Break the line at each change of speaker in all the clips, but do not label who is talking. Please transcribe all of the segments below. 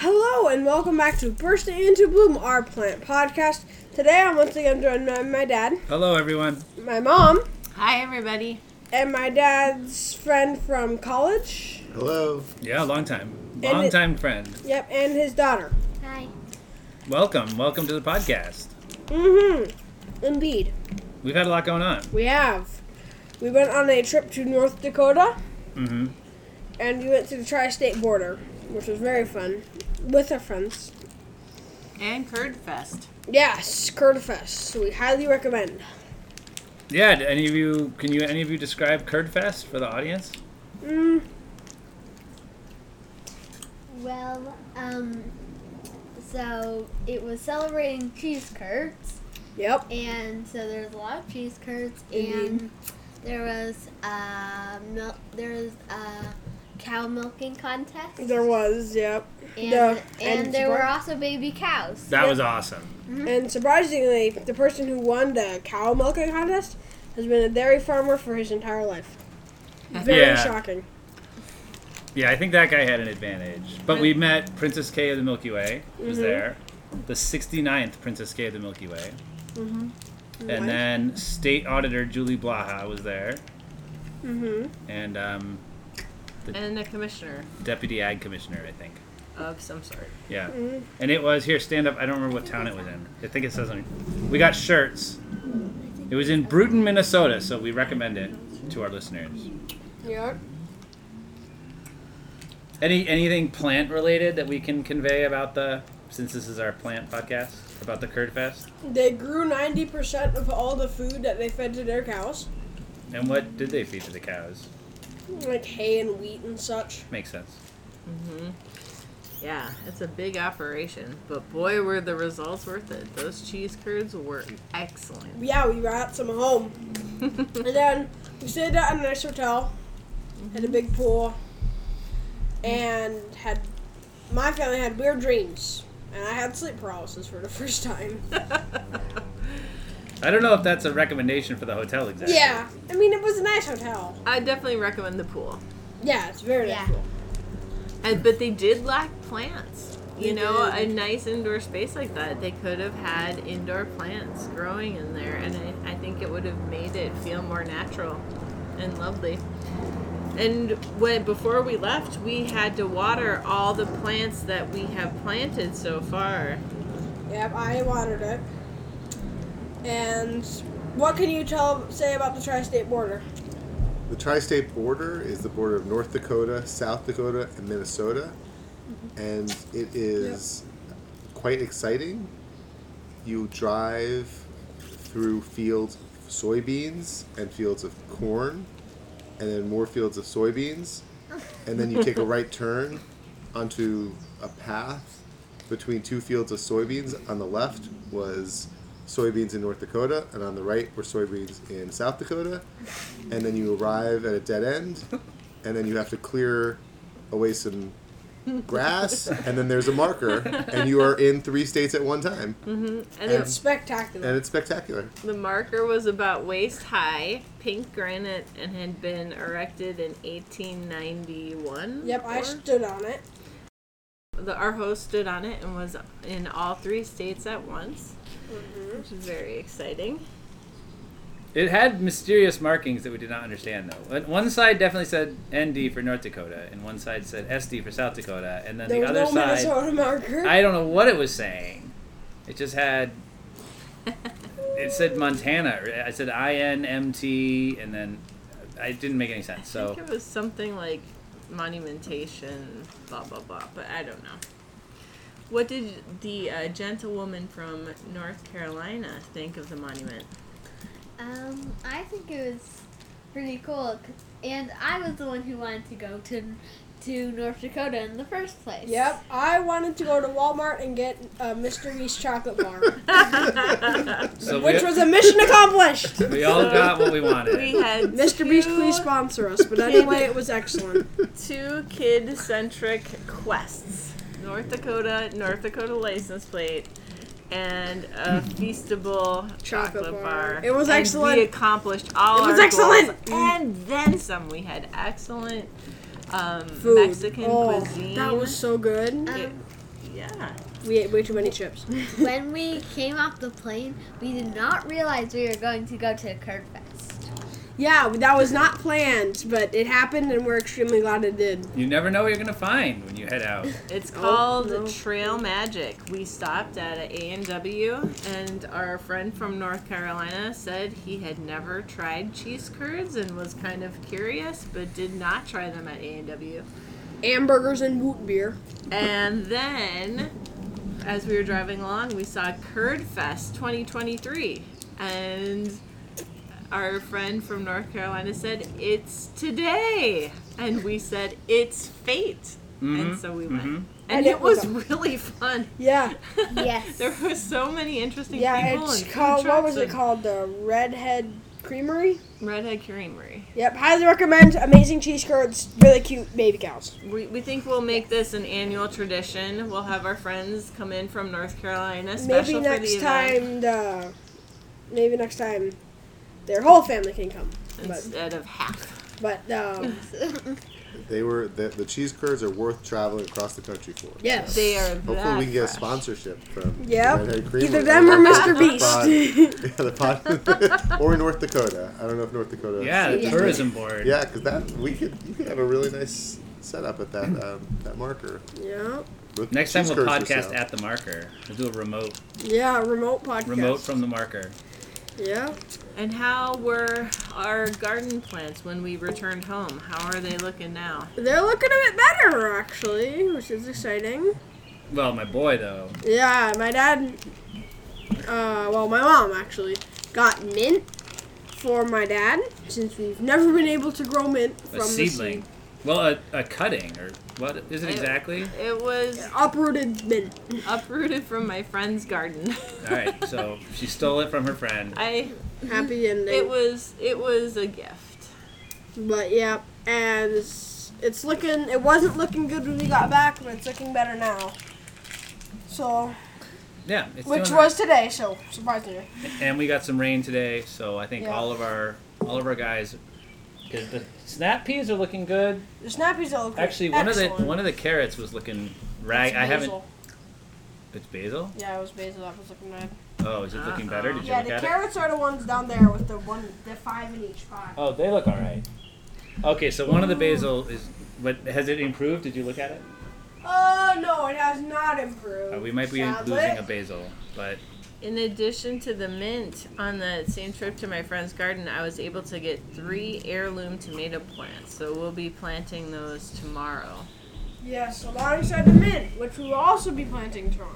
Hello and welcome back to Bursting into Bloom, our plant podcast. Today I'm once again joined by my dad,
Hello, everyone.
my mom,
Hi, everybody.
and my dad's friend from college.
Hello.
Yeah, long time.
And
Long
it-
time friend.
Yep, and his daughter.
Hi.
Welcome. Welcome to the podcast.
Mm-hmm. Indeed.
We've had a lot going on.
We have. We went on a trip to North Dakota
Mm-hmm.
and we went to the tri-state border, which was very fun. With our friends.
And Curd Fest.
Yes, Curtifest. We highly recommend.
Yeah, did any of you can you any of you describe Curdfest for the audience?
Mm,
Well, um, so it was celebrating cheese curds,
yep.
and so there's a lot of cheese curds,
Indeed.
and there was a milk, there was a cow milking contest,
There was, yep.
and,
yeah,
and,
and
there
surprise-
were also baby cows.
That was awesome.
And surprisingly, the person who won the cow milking contest has been a dairy farmer for his entire life. Very
Yeah.
shocking.
Yeah, I think that guy had an advantage. But we met Princess K of the Milky Way, who was
Mhm.
there. The 69th Princess K of the Milky Way.
Mm-hmm.
Mhm.
And then State Auditor Julie Blaha was there.
Mm-hmm.
And um,
And a commissioner
Deputy Ag Commissioner, I think.
of some sort.
Yeah.
Mhm.
And it was here, stand up. I don't remember what town it was in. I think it says on. We got shirts. It was in Bruton, Minnesota, so we recommend it to our listeners.
Yep.
Any anything plant related that we can convey about the since this is our plant podcast about the curd fest
They grew 90% of all the food that they fed to their cows,
and what did they feed to the cows?
like hay and wheat and such.
Makes sense.
Yeah, it's a big operation, but boy, were the results worth it. Those cheese curds were excellent.
Yeah, we brought some home. and then we stayed at a nice hotel, had a big pool, and had my family had weird dreams. And I had sleep paralysis for the first time.
I don't know if that's a recommendation for the hotel exactly.
Yeah, I mean it was a nice hotel.
I definitely recommend the pool.
Yeah, it's very
Yeah.
cool.
And, but they did lack plants. You
They
know,
did.
a nice indoor space like that, they could have had indoor plants growing in there, and I, I think it would have made it feel more natural and lovely. And when before we left, we had to water all the plants that we have planted so far.
Yep, I watered it. And what can you tell say about the tri-state border?
The tri state border is the border of North Dakota, South Dakota, and Minnesota. And it is quite exciting. You drive through fields of soybeans and fields of corn, and then more fields of soybeans. And then you take a right turn onto a path between two fields of soybeans. On the left was soybeans in North Dakota, and on the right were soybeans in South Dakota. And then you arrive at a dead end, and then you have to clear away some grass, and then there's a marker, and you are in three states at one time.
And
And-
It's
the,
spectacular.
And it's spectacular.
the marker was about waist high, pink granite, and had been erected in 1891.
yep, I
or-
stood on it.
the, our host stood on it and was in all three states at once,
Mm-hmm.
which is very exciting.
It had mysterious markings that we did not understand, though. But One side definitely said ND for North Dakota, and one side said SD for South Dakota, and then
There
the
was
other
no
side,
Minnesota marker.
I don't know what it was saying. It just had. It said Montana. I said I N M T, and then I it didn't make any sense.
I
So
think it was something like monumentation, blah blah blah, but I don't know. What did the uh, gentlewoman from North Carolina think of the monument?
Um, I think it was pretty cool, 'cause- and I was the one who wanted to go to to North Dakota in the first place.
Yep, I wanted to go to Walmart and get a Mr. Reese chocolate bar,
so
which
we,
was a mission accomplished.
we all got what we
We
wanted.
had
Mr. Beast,
two-
please sponsor us. But anyway, it was excellent.
two kid centric quests North Dakota, North Dakota license plate, and a feastable chocolate,
Chocolate bar.
bar.
It was
And
excellent.
We accomplished all
It was
our
excellent.
goals. And then some. We had excellent um,
Food.
Mexican
oh,
cuisine.
that was so good.
Um,
It- Yeah.
We ate way too many chips.
when we came off the plane, we did not realize we were going to go to a curd fest.
yeah, that was not planned, but it happened, and we're extremely glad it did.
You never know what you're gonna find when you head out. Mm-hmm.
It's
Oh,
called
no.
Trail Magic. We stopped at a A&W and our friend from North Carolina said he had never tried cheese curds and was kind of curious but did not try them at A&W.
Hamburgers and root beer.
And then as we were driving along, we saw Curd Fest 2023 and our friend from North Carolina said it's today and we said it's fate.
Mhm,
Mm-hmm.
And so we went.
mhm.
And, it was really fun.
Yeah,
Yes.
there was so many interesting
yeah.
people.
It's
and food
called what
trucks
was it
and
called? The Redhead Creamery.
Redhead Creamery.
Yep. Highly recommend. Amazing cheese curds. Really cute baby cows.
We, we think we'll make this an annual tradition. We'll have our friends come in from North Carolina, special
Maybe
for
next
the event,
time the. Maybe next time, their whole family can come. But
instead of half.
but um,
They were the, the cheese curds are worth traveling across the country for.
yes,
They are
Hopefully,
that
we can get a
fresh.
sponsorship from
Yep.
Redhead Creamery.
Either them or Mr. Beast.
Yeah, the pod, or North Dakota. I don't know if North Dakota.
Yeah, the
Yeah.
tourism board.
Yeah, because that we could you could have a really nice setup at that um, that marker.
yeah.
With
Next time
cheese
we'll
curds for
podcast
sale.
at the marker. We'll do a remote,
Yeah, remote podcast.
remote from the marker.
Yeah.
And how were our garden plants when we returned home? How are they looking now?
They're looking a bit better actually, which is exciting.
Well, my boy though.
Yeah, my dad. Uh, well, my mom actually got mint for my dad since we've never been able to grow mint
A
from
seedling. Well, a, a cutting or what is it
It-
exactly?
It was
the seed. Uprooted mint.
Mm-hmm. uprooted from my friend's garden.
All right, so she stole it from her friend.
I
Happy ending.
it was it was a gift.
but yeah, and it's, it's looking. It wasn't looking good when we got back, but it's looking better now. So,
Yeah, it's
which
doing
was today, so surprisingly.
and we got some rain today, so I think
Yeah.
all of our all of our guys, because the snap peas are looking good.
The snappies all look
Actually, one of the one of the carrots was looking rag. I haven't. It's basil.
Yeah, it was basil. That was looking good.
Oh, is it looking better? Did you
Uh-huh. Yeah,
look
the
at it?
carrots are the ones down there with the one, the five in each pot.
Oh, they look all right. Okay, so one of
Mm.
the basil is. But has it improved? Did you look at it?
Oh no, it has not improved.
Uh, we might be
sadly.
losing a basil, but
In addition to the mint, on that same trip to my friend's garden, I was able to get three heirloom tomato plants. So we'll be planting those tomorrow.
Yes, alongside the mint, which we will also be planting tomorrow.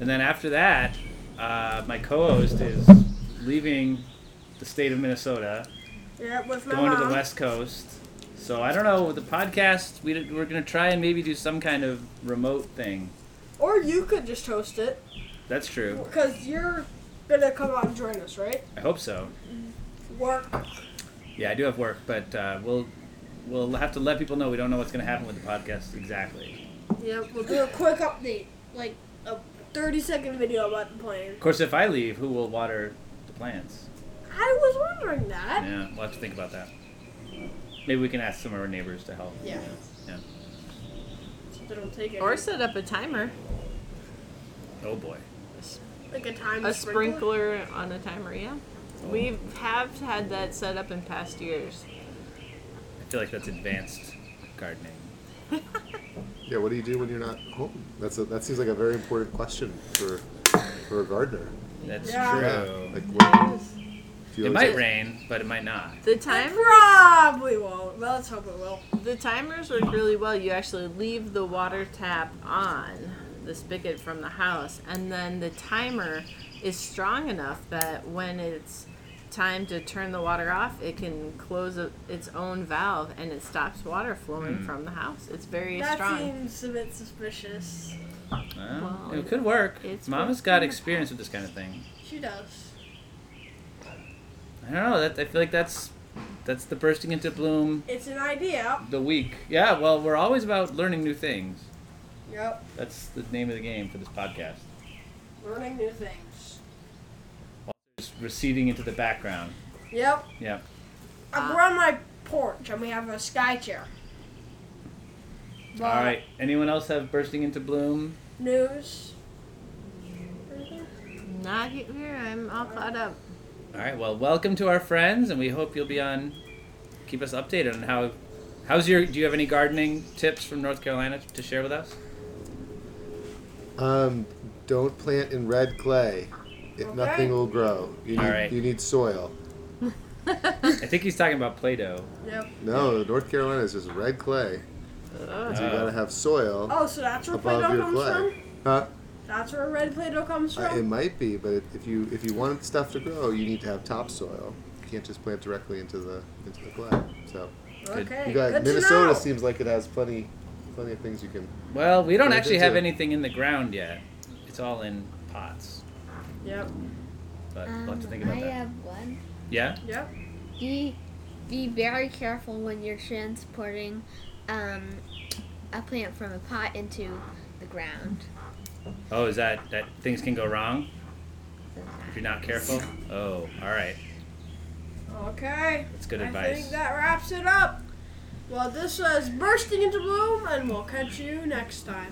and then after that, uh, my co-host is leaving the state of Minnesota.
Yeah, with my
going
mom.
to the West Coast. So I don't know. The podcast we we're gonna try and maybe do some kind of remote thing.
Or you could just host it
That's true.
because you're gonna come out and join us, right?
I hope so.
Work.
Yeah, I do have work, but uh, we'll we'll have to let people know. We don't know what's gonna happen with the podcast exactly.
Yep, we'll do a quick update, like a 30 second video about the plane.
Of course, if I leave, who will water the plants?
I was wondering that.
Yeah, we'll have to think about that. Maybe we can ask some of our neighbors to help.
Yeah.
Yeah.
They don't take it.
Or set up a timer,
Oh boy.
like a time
a sprinkler on a timer, yeah. We have had that set up in past years.
I feel like that's advanced gardening.
Yeah, what do you do when you're not home? That's a, that seems like a very important question for for a gardener.
That's
Yeah.
true.
Like, what, do you
it
always-
might rain, but it might not.
The time
Probably won't. Well, let's hope it will.
the timers work really well. You actually leave the water tap on the spigot from the house, and then the timer is strong enough that when it's time to turn the water off, it can close a, its own valve and it stops water flowing from the house. It's very
that
strong.
seems a bit suspicious.
Well,
Well,
it could work.
it's
Mama's
worked
got
in the
experience with this kind of thing.
She does.
I don't know. That I feel like that's that's the bursting into bloom
It's an idea.
the week. Yeah. Well, we're always about learning new things.
Yep.
That's the name of the game for this podcast.
Learning new things.
Just receding into the background.
Yep.
Yeah.
Uh, we're on my porch and we have a sky chair.
All right. Anyone else have bursting into bloom?
News.
Not here. I'm all caught up.
All right. Well, welcome to our friends, and we hope you'll be on. Keep us updated on how. How's your? Do you have any gardening tips from North Carolina to share with us?
Um, don't plant in red clay. If
Okay.
nothing will grow. You need,
All right.
you need soil.
I think he's talking about Play-Doh.
Yep.
No, North Carolina is just red clay.
Ugh.
So you gotta have soil.
Oh, so that's where Play
Above
Doh
your
comes
flag.
from?
Huh?
That's where red Play Doh comes
Uh, it
from?
might be, but if you if you want stuff to grow, you need to have topsoil. You can't just plant directly into the into the clay. So
okay.
you got
good to
Minnesota
know.
seems like it has plenty plenty of things you can.
Well, we don't
Yeah, I
actually
did
have
too.
anything in the ground yet. It's all in pots,
Yep.
but
Um,
we'll have to think about
I
that.
have one.
Yeah.
Yep.
Be be very careful when you're transporting um, a plant from a pot into the ground.
Oh, is that that things can go wrong if you're not careful? Oh, all right.
Okay.
That's good
I think
advice.
that wraps it up. Well, this was Bursting into Bloom, and we'll catch you next time.